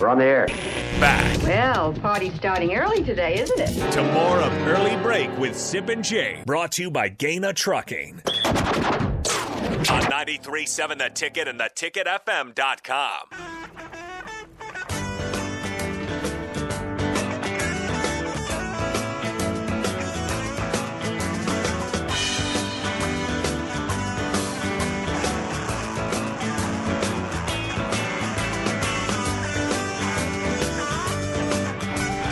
We're on the air. Back Well, party's starting early today, isn't it? to more of Early Break with Sip and Jay, brought to you by Gaina Trucking. On 93.7 The Ticket and theticketfm.com.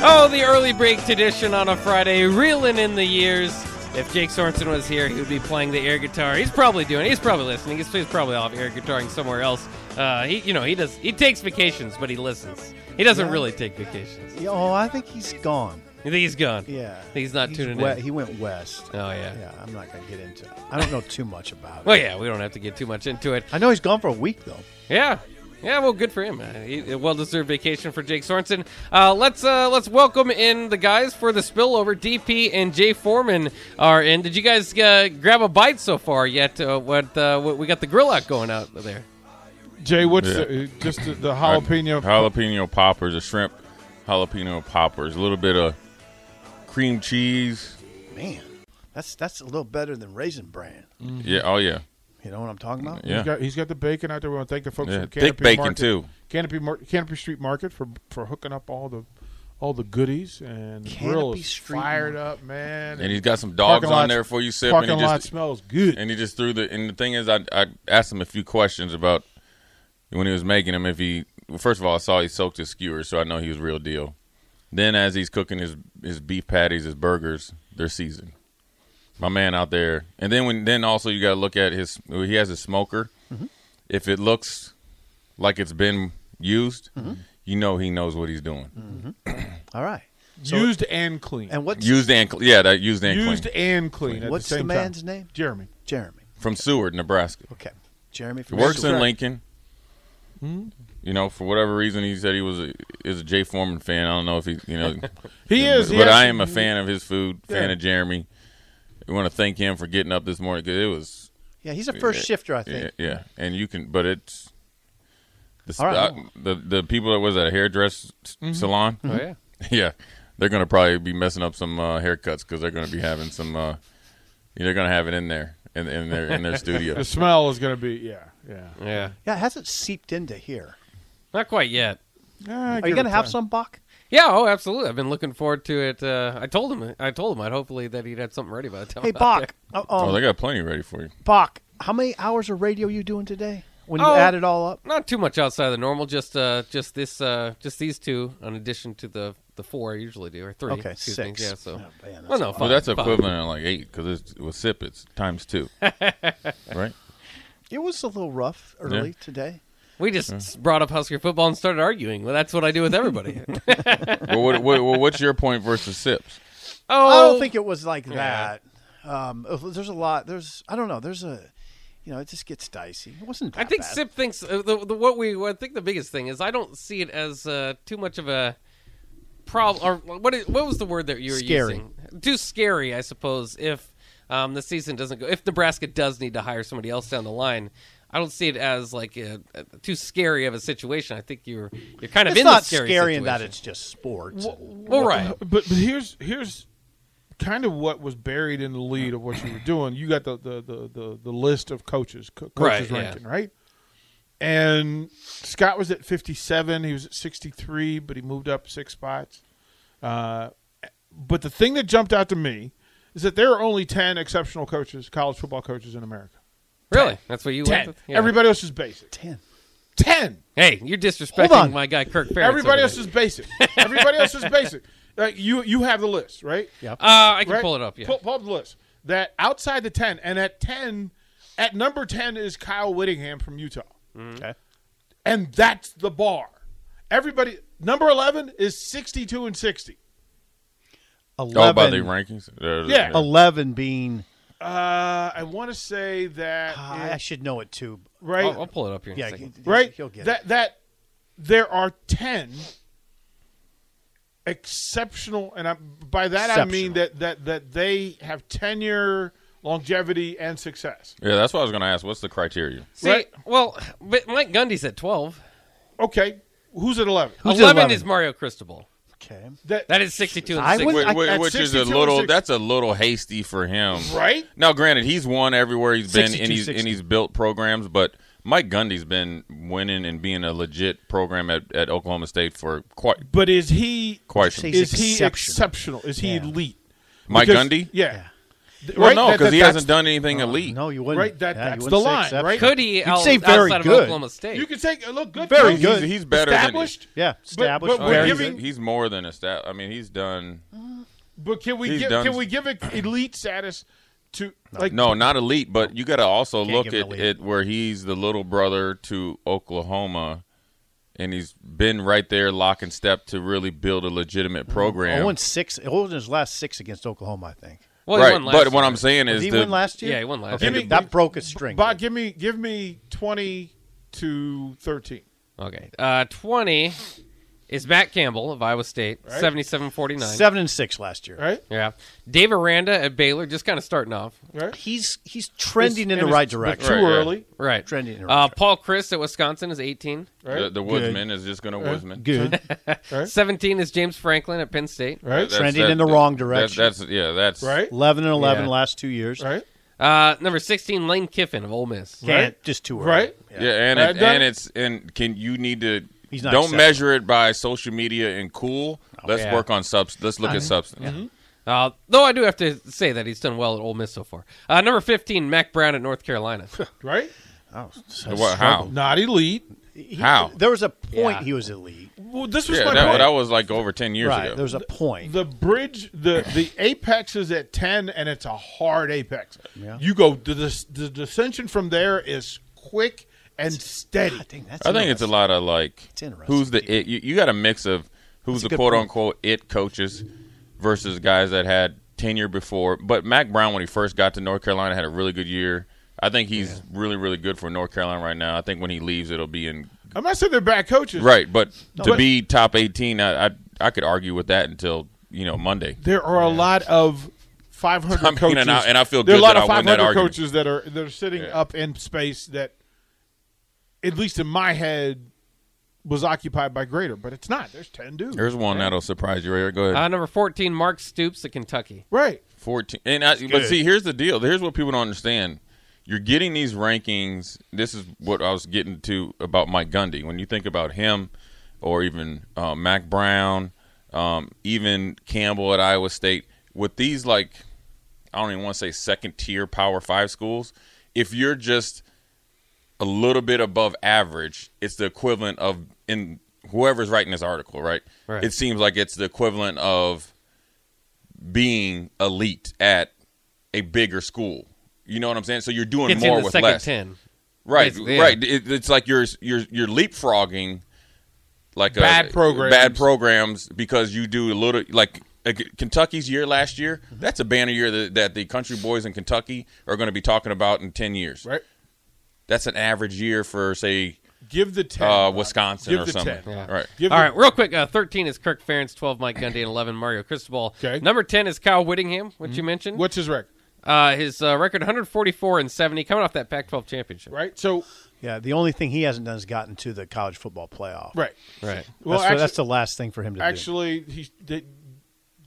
Oh, the early break tradition on a Friday, reeling in the years. If Jake Sorensen was here, he would be playing the air guitar. He's probably doing. He's probably listening. He's, he's probably off air guitaring somewhere else. Uh, he, you know, he does. He takes vacations, but he listens. He doesn't Yeah. really take vacations. Yeah, Oh, I think he's gone. You think he's gone? Yeah, He's not tuning we- in. He went west. Oh yeah. Yeah, I'm not gonna get into. it. I don't know too much about it. Well, yeah. We don't have to get too much into it. I know he's gone for a week though. Yeah. Yeah, well, good for him. Uh, he- Well-deserved vacation for Jake Sorensen. Uh, let's uh, let's welcome in the guys for the spillover. DP and Jay Foreman are in. Did you guys uh, grab a bite so far yet? Uh, what, uh, what we got the grill out going out there. Jay, what's Yeah. the, uh, just the, the jalapeno? jalapeno poppers, a shrimp jalapeno poppers, a little bit of cream cheese. Man, that's that's a little better than raisin bran. Yeah, oh yeah, You know what I'm talking about? He's yeah. Mm-hmm. got, he's got the bacon out there. We want to thank the folks Yeah, from thick Canopy bacon, Market- too. Canopy Mar- Canopy Street Market for for hooking up all the all the goodies and the grill Canopy is Street fired up, man. and he's got some dogs Parking on lot- there for you, sip. Parking and he lot just, smells good. And he just threw the. And the thing is, I, I asked him a few questions about when he was making them. If he well, first of all, I saw he soaked his skewers, so I know he was real deal. Then, as he's cooking his his beef patties, his burgers, they're seasoned. My man out there. And then when then also you got to look at his. He has a smoker. If it looks like it's been used, you know he knows what he's doing. All right. used and clean. And what's Used and cl- yeah, that used and used clean and clean. at what's the, the, same time. man's name? Jeremy. Jeremy. from Seward, Nebraska. Okay, Jeremy. He From works Seward. in Lincoln. You know, for whatever reason, he said he was a, is a Jay Foreman fan. I don't know if he, you know, He is. but, he but has- I am a fan of his food. Fan Yeah. of Jeremy. We want to thank him for getting up this morning because it was, Yeah, he's a first shifter, I think. yeah, yeah, and you can, but it's the All right. I- the, the people that was at a hairdress s- salon. Oh yeah. Yeah, they're gonna probably be messing up some uh, haircuts because they're gonna be having some. Uh, they're gonna have it in there in, in their in their studio. The smell is going to be yeah yeah. Yeah. Yeah, it hasn't seeped into here. Not quite yet. Ah, Are you give gonna it have time. some Bach? Yeah. Oh, absolutely. I've been looking forward to it. Uh, I told him. I told him. I'd hopefully that he'd have something ready by the time. Hey, I'm out Bach. Uh, Oh, um, they got plenty ready for you. Bach, how many hours of radio you doing today? When you Oh. add it all up, not too much outside of the normal. Just uh, just this, uh, just these two, in addition to the the four I usually do or three. Okay, excuse six. Me. Yeah, so Oh, man, that's well, a no, lot. five. Well, that's five. equivalent of like eight because it's with sip, it's times two, right? it was a little rough early Yeah. today. We just s- Mm-hmm. brought up Husker football and started arguing. Well, that's what I do with everybody. oh, well, what, what, well, what's your point versus sips? Oh, I don't think it was like Yeah. that. Um, there's a lot. There's I don't know. There's a, you know, it just gets dicey. It wasn't. I that think bad. Sip thinks uh, the, the what we what I think the biggest thing is I don't see it as uh, too much of a problem or what is, what was the word that you were Scary. using? Too scary, I suppose. If um, the season doesn't go, if Nebraska does need to hire somebody else down the line. I don't see it as like uh uh too scary of a situation. I think you're you're kind of It's in not the scary, scary in that situation. it's just sports. well, right. Uh, But, but here's here's kind of what was buried in the lead of what you were doing. You got the the the, the, the list of coaches, co- coaches Right, yeah. ranking, right? And Scott was at 57. He was at 63, but he moved up six spots. Uh, but the thing that jumped out to me is that there are only 10 exceptional coaches, college football coaches in America. Really, that's what you went 10. with? Yeah. Everybody else is basic. Ten. 10. Hey, you're Hold disrespecting on. my guy Kirk. Ferentz Everybody over else there. is basic. Everybody else is basic. Like you, you have the list, right? Yeah. Uh, I can right? pull it up. Yeah. Pull, pull up the list. That outside the 10, and at 10, at number 10 is Kyle Whittingham from Utah. Okay. And that's the bar. Everybody, number 11 is 62 and 60. Oh, by the 11, rankings. Uh, Yeah. uh, 11 being Uh, I want to say that. Ah, I I it- should know it too. right? I'll, I'll pull it up here. In a Yeah, second. he- right? He'll get that it. that there are ten exceptional, and I, by that I mean Exceptional. that that that they have tenure, longevity, and success. yeah, that's what I was gonna ask. What's the criteria? See, Right. well, but Mike Gundy's at twelve. Okay, Who's at eleven? Who's at 11 11? is Mario Cristobal. Okay. That, That is 62 and I 60. wouldn't- Wh- I- wh- at which is a 62 and little 60. that's a little hasty for him, right. Now, granted, he's won everywhere he's been, and 62, he's and 60. he's built programs. But Mike Gundy's been winning and being a legit program at, at Oklahoma State for quite But is he quite Say some. He's is he exceptional. exceptional? Is he Yeah. elite? Mike Because- Gundy? Yeah. Th- Well, no, that- because that- he that's- Oh, hasn't done anything elite. No, you wouldn't. Right, that- yeah, you that's wouldn't the say line, exception. right? Could he You'd out, say very outside good. of Oklahoma State? You can take a look good. Very coach, good. He's, he's better than Established. Yeah, established. but very we're Oh, he's, good. giving- he's more than a stat. I mean, he's done. But can we He's give done. can we give it elite status to like No, not elite, but you got to also Can't look give him at elite. it where he's the little brother to Oklahoma, and he's been right there, lock and step, to really build a legitimate program. Oh, and six. It was his last six against Oklahoma, I think. well, he right, won last but what year. I'm saying Did is, he the- win last year? Yeah, he won last Okay, year. Give me- that broke a string. Bob, give me give me twenty to thirteen. Okay. Uh, 20 is Matt Campbell of Iowa State, Right. seventy-seven forty-nine. Seven and six last year. Right? Yeah. Dave Aranda at Baylor, just kind of starting off. Right? He's he's trending It's- in and the right it's- but direction. Too Right, yeah. early. Right. Trending in the right Uh, direction. Paul Chris at Wisconsin is 18. the, Right? the woodsman is just going to woodsman. Uh, Good. 17 is James Franklin at Penn State. Right? Trending in the wrong that- direction. that's yeah. That's Right? Eleven and eleven Yeah. last two years. Right? Uh, number 16, Lane Kiffin of Ole Miss. Can't Right. just too early. Right? Yeah, and Uh, it, that- and it's and can you need to He's not don't acceptable. Oh, measure it by social media and cool. let's yeah. work on subs. Let's look Uh-huh. at substance. Mm-hmm. Uh, though I do have to say that he's done well at Ole Miss so far. Uh, number 15, Mac Brown at North Carolina. Right? Oh, so What, how? Not elite. he- How? There was a point Yeah. he was elite. Well, this was Yeah, my that, point. that was like over ten years Right. There ago. was a point. the bridge the the apex is at 10 and it's a hard apex you go the, the the descension from there is quick and steady God, dang, that's I think it's a interesting. lot of like interesting. who's the it. You, you got a mix of who's That's a the good quote point. unquote it coaches versus guys that had tenure before. But Mac Brown, when he first got to North Carolina, had a really good year. I think he's really, really good for North Carolina right now. I think when he leaves, it'll be in i'm not saying they're bad coaches Right, but to but- be top eighteen, I, I I could argue with that until you know Monday. there are a lot of 500 I mean, coaches and I- and I feel there are a good lot that of I won that 500 argument. coaches that are that are sitting Yeah. up in space that at least in my head was occupied by greater but it's not there's 10 dudes There's one that'll surprise you, right? Go ahead. Uh, number 14, Mark Stoops at Kentucky. right Fourteen, and I, but good. see, here's the deal. Here's what people don't understand. You're getting these rankings. This is what I was getting to about Mike Gundy. When you think about him, or even uh, Mac Brown, um, even Campbell at Iowa State, with these like, I don't even want to say second tier Power Five schools. If you're just a little bit above average, it's the equivalent of in whoever's writing this article, right? Right. It seems like it's the equivalent of being elite at a bigger school. You know what I'm saying? So you're doing Gets more in the with second less. 10. Right, Basically, yeah. right. It, it's like you're you're you're leapfrogging like a- Bad programs. bad programs because you do a little like. uh, K- Kentucky's year last year, Mm-hmm. that's a banner year that, that the country boys in Kentucky are going to be talking about in 10 years. right That's an average year for, say, give the 10 uh, Rob. Wisconsin give or the something. 10. Right. Give All the- right, real quick. Uh, 13 is Kirk Ferentz, 12 Mike Gundy, and 11 Mario Cristobal. Okay. Mm-hmm. Number 10 is Kyle Whittingham, which you mentioned. what's his record Uh, his uh, record 144 and 70, coming off that Pac-12 championship. right so Yeah, the only thing he hasn't done is gotten to the college football playoff. right Right. well that's, what- actually, that's the last thing for him to do. Actually, he did.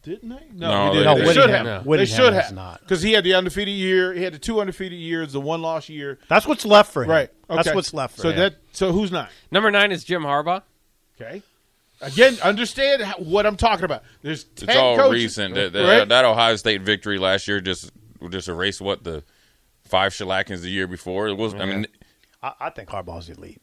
Didn't they? No, he didn't. No, they, Whittingham- should have. no. They Whittingham should has have not. because he had the undefeated year. He had the two undefeated years, the one loss year. That's what's left for him. Right. Okay. That's what's left for So him. that. So who's not? Number 9 is Jim Harbaugh. Okay. Again, understand how, what I'm talking about. There's ten It's all coaches, recent. That, that, right? that Ohio State victory last year just just erased what the five shellackings the year before. It was. I mean, I, I think Harbaugh's elite.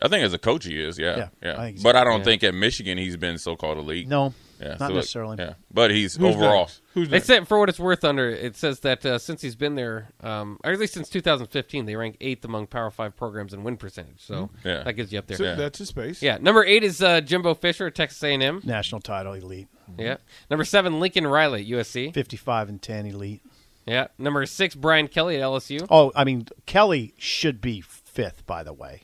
I think as a coach he is. Yeah, Yeah, yeah. I think so. but I don't think at Michigan he's been so called elite. No, yeah, not so, necessarily. Yeah, but he's who's overall. Next? Who's They next? said, for what it's worth, under it says that uh, since he's been there, um, or at least since 2015, they rank eighth among Power Five programs in win percentage. So Yeah. that gives you up there. Mm-hmm. So Yeah. Yeah. That's his space. number eight is uh, Jimbo Fisher, at Texas A&M. National title elite. Yeah, number seven, Lincoln Riley, at USC. Fifty-five and ten elite. Yeah, number six, Brian Kelly at LSU. Oh, I mean Kelly should be fifth, by the way.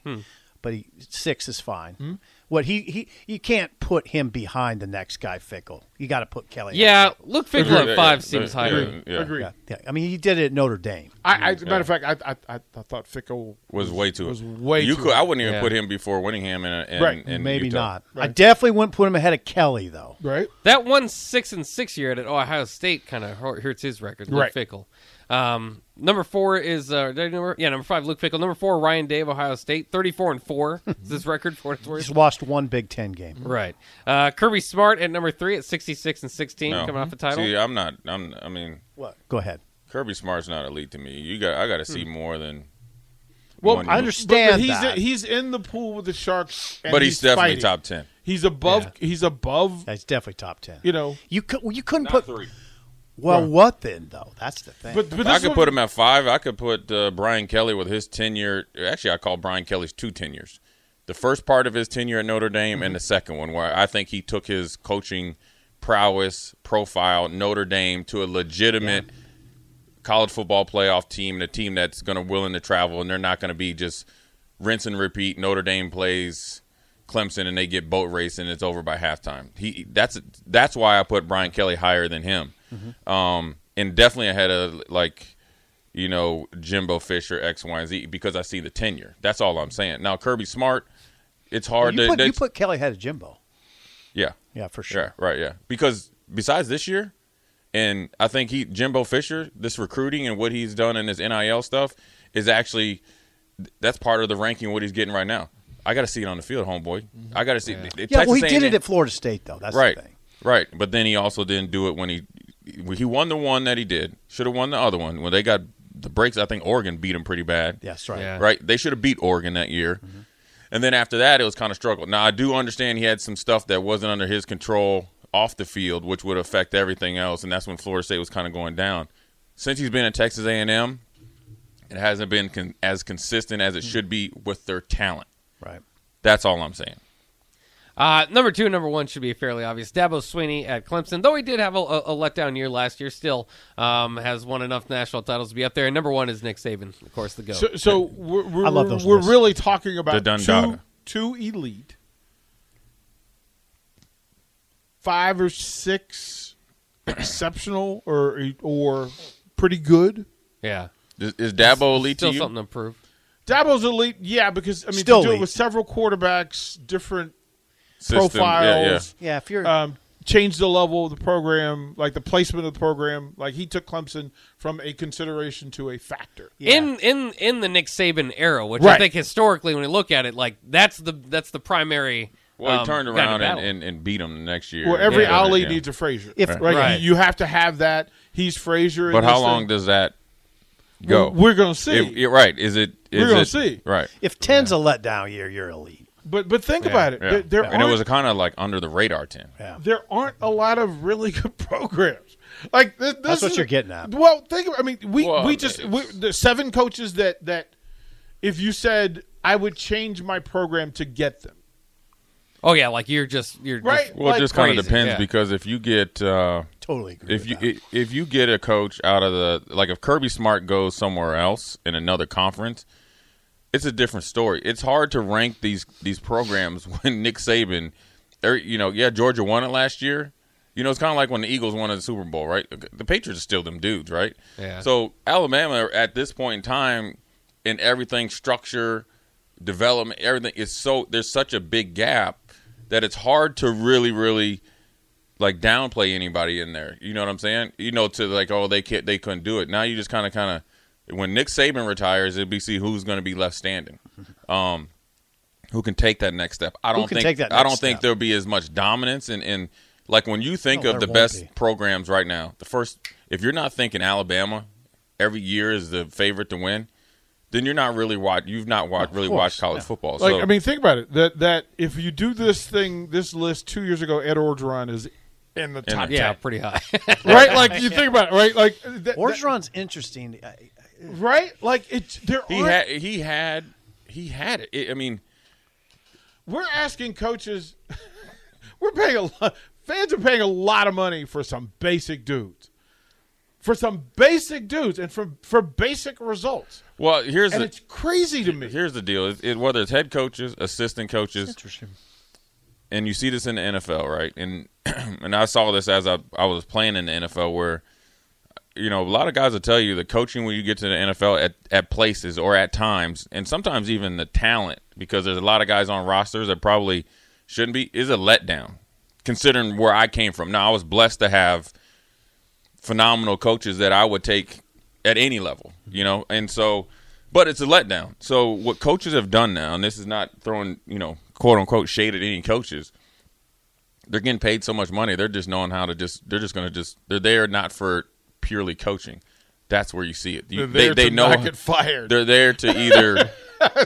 but he six is fine. What he, he you can't put him behind the next guy, Fickle. You got to put Kelly. Yeah, Luke Fickle Yeah, at five yeah, seems yeah, higher. yeah. Agreed. Yeah, yeah. I mean, he did it at Notre Dame. I, I, as a matter of fact, I, I, I, I thought Fickle Was way too. was way You too could. I wouldn't even Yeah. put him before Winningham and and, Right, and Maybe Utah. not. I Right. definitely wouldn't put him ahead of Kelly though. right. That one six and six year at Ohio State kind of hurts his record. Luke Right. Fickle. Um, number four is uh, did I number yeah number five Luke Fickle. Number four Ryan Day of Ohio State. Thirty four and four is his record for what it's worth. He's lost one Big Ten game. Right. Uh, Kirby Smart at number three at sixty six and sixteen No. coming off the title. See, I'm not. I'm. I mean, What? Go ahead. Kirby Smart's not elite to me. You got. I got to Hmm. see more than. Well, one I But, year. but understand he's that. he's in the pool with the Sharks, and But he's, definitely fighting. top ten. He's above. He's above. That's definitely top ten. You know, You could well, you couldn't put well what then though? That's the thing. but, but this I could one- put him at five. I could put uh, Brian Kelly with his tenure. Actually, I call Brian Kelly's two tenures. The first part of his tenure at Notre Dame and the Mm-hmm. second one, where I think he took his coaching prowess profile Notre Dame to a legitimate college football playoff team and a team that's going to willing to travel and they're not going to be just rinse and repeat. Notre Dame plays Clemson and they get boat race and it's over by halftime. He that's that's why I put Brian Kelly higher than him, um, and definitely ahead of like you know Jimbo Fisher X Y and Z because I see the tenure. That's all I'm saying. Now Kirby Smart, it's hard you, to put, you that's- put Kelly ahead of Jimbo. yeah Yeah, for sure. yeah, right, yeah. Because besides this year, and I think he Jimbo Fisher, this recruiting and what he's done in his NIL stuff is actually that's part of the ranking what he's getting right now. I got to see it on the field, homeboy. I got to see. it- Yeah, Texas well, he did A&M it at Florida State though. That's right, the thing. right. But then he also didn't do it when he he won the one that he did. Should have won the other one when they got the breaks. I think Oregon beat him pretty bad Yeah, Mm-hmm. that's right. Yeah. right? They should have beat Oregon that year. And then after that, it was kind of struggle. Now I do understand he had some stuff that wasn't under his control off the field, which would affect everything else, and that's when Florida State was kind of going down. Since he's been at Texas A&M, it hasn't been con- as consistent as it Mm-hmm. should be with their talent. Right. That's all I'm saying. Uh, number two, and number one should be fairly obvious. Dabo Sweeney at Clemson, though he did have a, a, a letdown year last year, still um, has won enough national titles to be up there. And number one is Nick Saban, of course, the GOAT. So, so we're we're, I love those we're lists. really talking about The two, Dundada. two elite, five or six exceptional or or pretty good. yeah, Is, is Dabo elite still to you? something to improve. Dabo's elite, yeah, because I mean, Still to do elite. it with several quarterbacks, different System, yeah, profiles, Yeah, if you're Um, change the level of the program, like the placement of the program. Like he took Clemson from a consideration to a factor. yeah. In in in the Nick Saban era, which I Right. think historically, when you look at it, like that's the that's the primary. Well, he um, turned guy to around and, battle. and, and beat him the next year. Well, every Yeah. Ali Yeah. needs a Frazier. If- right? Right. You, you have to have that. He's Frazier. in But how this long thing. does that go? We're gonna see. If- yeah, right? Is it? Is We're gonna it- see. Right. if ten's a letdown year, you're elite. But but think about it. Yeah. There, there and it aren't, was kind of like under the radar ten. Yeah. there aren't a lot of really good programs. Like this, this That's what is- you're getting at. Well, think. Of, I mean, we Well, we just we, it's- the seven coaches that that if you said I would change my program to get them. oh yeah, like you're just you're Right. Just, Well, Like it just kind crazy, of depends yeah. because if you get uh, Totally agree. if with you that. i if you get a coach out of the like if Kirby Smart goes somewhere else in another conference, it's a different story. It's hard to rank these these programs when Nick Saban, er, you know, yeah, Georgia won it last year. You know, it's kind of like when the Eagles won the Super Bowl, right? The Patriots are still them dudes, right? Yeah. So Alabama at this point in time, in everything structure, development, everything is so there's such a big gap that it's hard to really, really like downplay anybody in there. You know what I'm saying? You know, to like, oh, they can't, they couldn't do it. Now you just kind of, kind of, when Nick Saban retires, it'll be see who's going to be left standing, um, who can take that next step. I Who don't can think take that I don't next think step? there'll be as much dominance and and like when you think No, of the there won't best be. programs right now, the first if you're not thinking Alabama every year is the favorite to win, then you're not really watch you've not watched really course, watched college no. football. Like so, I mean, think about it. That that if you do this thing, this list two years ago, Ed Orgeron is in the top. yeah, pretty high. Right. Like you think about it. Right. Like that, Orgeron's interesting. I- that- right. Like it's there he aren't had he had he had it. it I mean. we're asking coaches. we're paying a lot. Fans are paying a lot of money for some basic dudes. for some basic dudes and for for basic results. Well, here's And the it's crazy to me. here's the deal: it, it, whether it's head coaches, assistant coaches, Interesting. and you see this in the NFL, right? And and I saw this as I, I was playing in the NFL, where you know a lot of guys will tell you the coaching when you get to the NFL at at places or at times, and sometimes even the talent, because there's a lot of guys on rosters that probably shouldn't be, is a letdown. Considering where I came from, now I was blessed to have phenomenal coaches that I would take at any level, you know. And so, but it's a letdown. So what coaches have done now, and this is not throwing you know quote unquote shade at any coaches. They're getting paid so much money. They're just knowing how to just. They're just going to just. They're there not for purely coaching. That's where you see it. You- They're there they to know not get fired. They're there to either.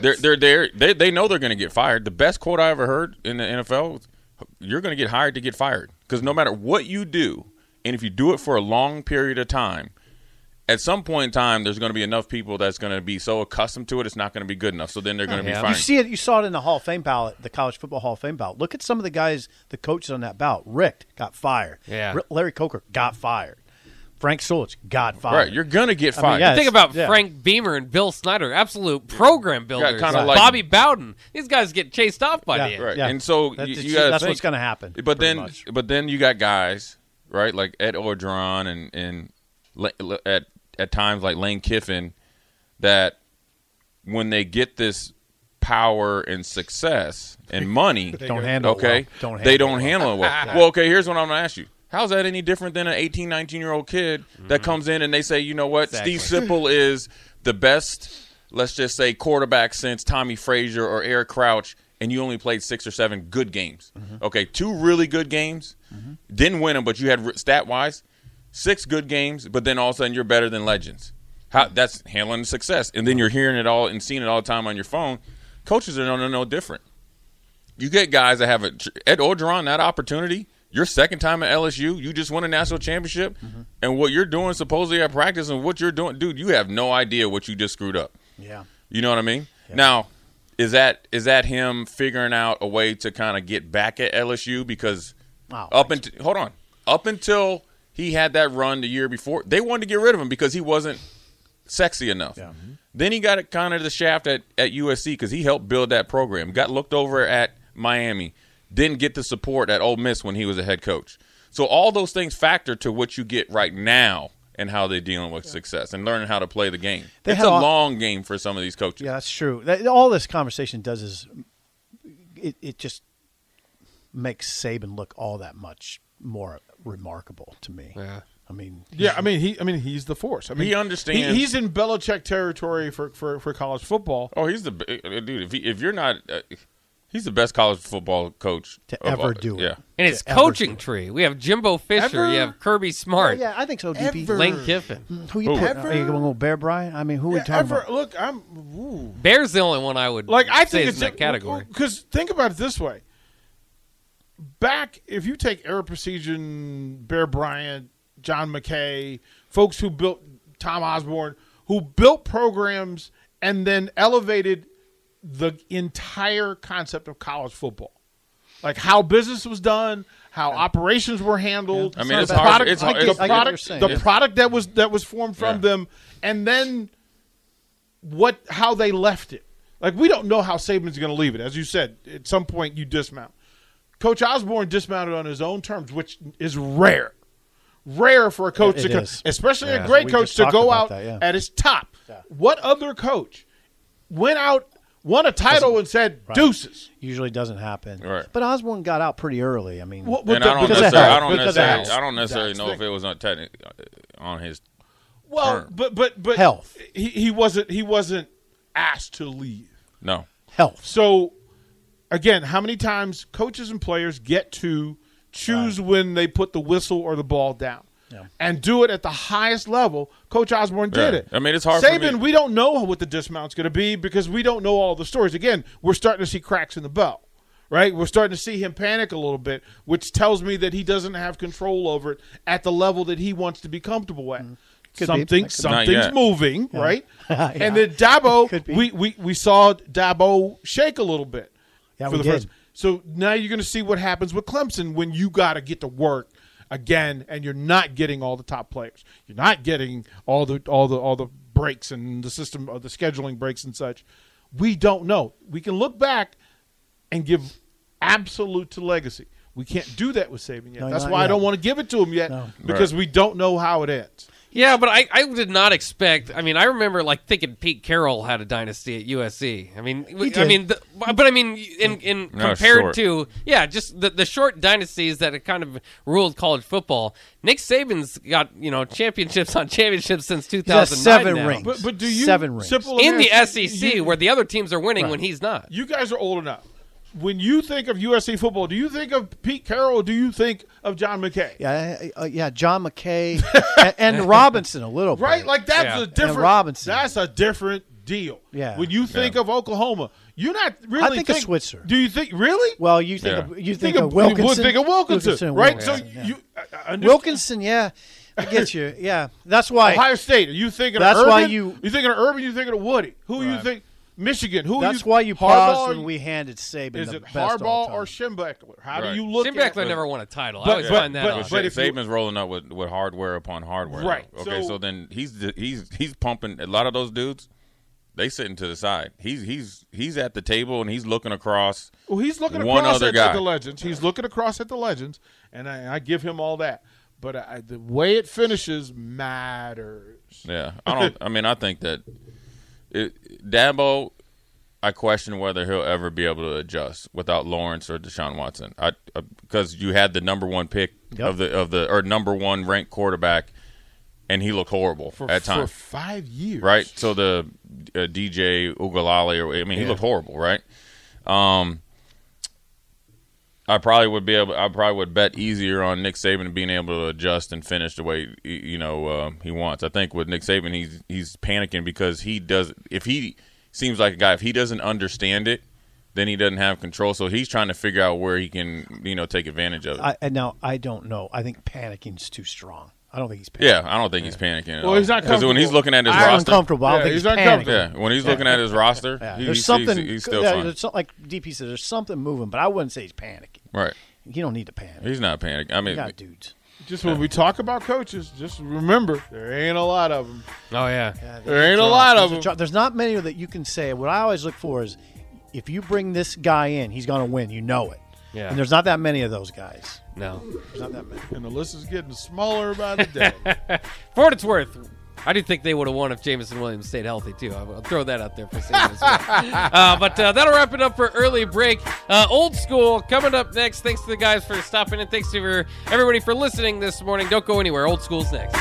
they're they're there. They they know they're going to get fired. The best quote I ever heard in the NFL: was, "You're going to get hired to get fired because no matter what you do, and if you do it for a long period of time, at some point in time, there's going to be enough people that's going to be so accustomed to it, it's not going to be good enough. So then they're going to yeah. be You fired. see it. You saw it in the Hall of Fame ballot, the College Football Hall of Fame ballot. Look at some of the guys, the coaches on that ballot. Rick got fired. Yeah. R- Larry Coker got fired. Frank Solich got fired. Right, you're going to get I mean, fired. yeah, Think about yeah. Frank Beamer and Bill Snyder, absolute program builders. kinda like- Bobby Bowden. These guys get chased off by the Yeah, end. Right. And so That- you- that's you gotta that's think. what's going to happen. But pretty then, much. but then you got guys, right? Like Ed Ordron and and Le- Le- at at times like Lane Kiffin, that when they get this power and success and money, Don't handle it Okay, well. Don't handle they it don't well. handle it well. well, okay. Here's what I'm gonna ask you. How's that any different than an 18, 19 year old kid that comes in and they say, you know what, Steve Sipple is the best, let's just say, quarterback since Tommy Frazier or Eric Crouch, and you only played six or seven good games. Okay, two really good games, didn't win them, but you had stat wise six good games, but then all of a sudden you're better than legends. How, that's handling success, and then you're hearing it all and seeing it all the time on your phone. Coaches are no, no, no different you get guys that have a Ed Orgeron that opportunity. Your second time at LSU, you just won a national championship, and what you're doing supposedly at practice and what you're doing, dude, you have no idea what you just screwed up. yeah. You know what I mean? Now, is that is that him figuring out a way to kind of get back at LSU because Wow. up until hold on up until he had that run the year before, they wanted to get rid of him because he wasn't sexy enough. Mm-hmm. Then he got kind of the shaft at, at USC because he helped build that program. Got looked over at Miami. Didn't get the support at Ole Miss when he was a head coach. So all those things factor to what you get right now and how they're dealing with success and learning how to play the game. They it's had a all- long game for some of these coaches. Yeah, that's true. That, all this conversation does is it, it just makes Saban look all that much more remarkable to me. Yeah. I mean, Yeah, I mean he. I mean he's the force. I mean He understands- he's in Belichick territory for, for, for college football. Oh, he's the b- uh, dude. If, he, if you're not, uh, he's the best college football coach To of ever all- do it. Yeah, And his Yeah, coaching Everson. tree. We have Jimbo Fisher. Ever- You have Kirby Smart. yeah, I think so. DP. Ever. Lane Kiffin. Who you put? Are you going to Bear Bryant? I mean, who are we talking Ever- about? look, I'm ooh. Bear's the only one I would like I say think is it's in that category. Because think about it this way: back if you take Eric Precision, Bear Bryant, John McKay, folks who built Tom Osborne, who built programs and then elevated the entire concept of college football, like how business was done. How operations were handled. I mean, it's the hard- product- it's hard- I get- the I get what you're product, saying. the It's- product that was that was formed from Yeah. them, and then what how they left it. Like we don't know how Saban's going to leave it. As you said, at some point you dismount. Coach Osborne dismounted on his own terms, which is rare. Rare for a coach It to co- is. especially Yeah. a great We coach just to talked go about out that, yeah. at his top. What other coach went out, won a title and said deuces? Usually doesn't happen. Right. But Osborne got out pretty early. I mean, What- what and the- I don't because of necessarily, that. I don't Because of necessarily, that. I don't necessarily know if thing. it was on technic, on his. Well, Term. but but but Health. He, he wasn't he wasn't asked to leave. No, health. So, again, how many times coaches and players get to choose when they put the whistle or the ball down? And do it at the highest level. Coach Osborne did Yeah. it. I mean, it's hard for Saban, me- we don't know what the dismount's going to be because we don't know all the stories. Again, we're starting to see cracks in the bell, right? We're starting to see him panic a little bit, which tells me that he doesn't have control over it at the level that he wants to be comfortable at. be. Something, That Mm. could be. Not something's yet. moving, right? Yeah. And then Dabo, Could be. we, we we saw Dabo shake a little bit Yeah, for we the did. first. So now you're going to see what happens with Clemson when you got to get to work again, and you're not getting all the top players. You're not getting all the all the all the breaks and the system of the scheduling breaks and such. We don't know. We can look back and give absolute to legacy. We can't do that with Saban yet. No, That's not why I yet. don't want to give it to him yet No. because we don't know how it ends. Yeah, but I, I did not expect. I mean, I remember like thinking Pete Carroll had a dynasty at USC. I mean, w- I did. mean, the, but I mean, in in No, compared short. to yeah, just the, the short dynasties that have kind of ruled college football. Nick Saban's got you know championships on championships since two He's got thousand nine. seven rings. But but do you seven rings? Simple let in me the ask you- SEC, you- where the other teams are winning when he's not. You guys are old enough. When you think of USC football, do you think of Pete Carroll? Or do you think of John McKay? Yeah, uh, yeah. John McKay and, and Robinson a little bit. Right? Like that's Yeah. a different Robinson. That's a different deal. Yeah. When you think of Oklahoma, you're not really I think of Switzer. Do you think really? Well, you think Yeah. of, you You think, think, of of, you Wilkinson. would think of Wilkinson, right? Wilkinson, so yeah. you uh, I- I understand. Wilkinson, yeah, I get you. Yeah, that's why. Ohio State. Are you thinking That's of Urban? why you- you thinking of Urban? You thinking of Woody? Who you think? Michigan. Who? that's you, why you Harbaugh, paused when we handed Saban Is the it best all Harbaugh time. or Schembechler? How Right. do you look? Jim at Beckler never won a title. I But- always but- find that but- odd. but if you- Saban's rolling up with, with hardware upon hardware, Right, though. Okay, so- so, then he's he's he's pumping a lot of those dudes. They sitting to the side. He's he's he's at the table and he's looking across. Well, he's looking One across other at, guy. at the legends. He's looking across at the legends, and I, I give him all that. But I, the way it finishes matters. Yeah, I don't. I mean, I think that it, Dabo. I question whether he'll ever be able to adjust without Lawrence or Deshaun Watson. I because you had the number one pick Yep. of the of the or number one ranked quarterback, and he looked horrible For, at for times. five years, right? So the uh, DJ Ugalali, or I mean, he looked horrible, right? Um, I probably would be able. I probably would bet easier on Nick Saban being able to adjust and finish the way y- you know uh, he wants. I think with Nick Saban, he's he's panicking because he does. If he seems like a guy, if he doesn't understand it, then he doesn't have control. So he's trying to figure out where he can you know take advantage of it. I, and now I don't know. I think panicking's too strong. I don't think he's panicking. yeah, I don't think he's panicking. At Well, all. he's not because when he's comfortable. looking at his I'm roster, uncomfortable. I don't Yeah, think he's he's, uncomfortable. panicking. Yeah, when he's looking at his roster, Yeah, he- there's he's, something. he's, he's still yeah, fine. there's some- like DP said, there's something moving, but I wouldn't say he's panicking. Right. You don't need to panic. He's not panicking. I You mean, got dudes. Just when we talk about coaches, just remember there ain't a lot of them. oh yeah. There ain't a lot of There's, them. there's not many that you can say. What I always look for is if you bring this guy in, he's going to win. You know it. Yeah. And there's not that many of those guys. No. There's not that many. And the list is getting smaller by the day. For what it's worth, I do think they would have won if Jamison Williams stayed healthy too. I- I'll throw that out there for Sam as well. uh, but uh, that'll wrap it up for early break. Uh, old school coming up next. Thanks to the guys for stopping and thanks to your- everybody for listening this morning. Don't go anywhere. Old school's next.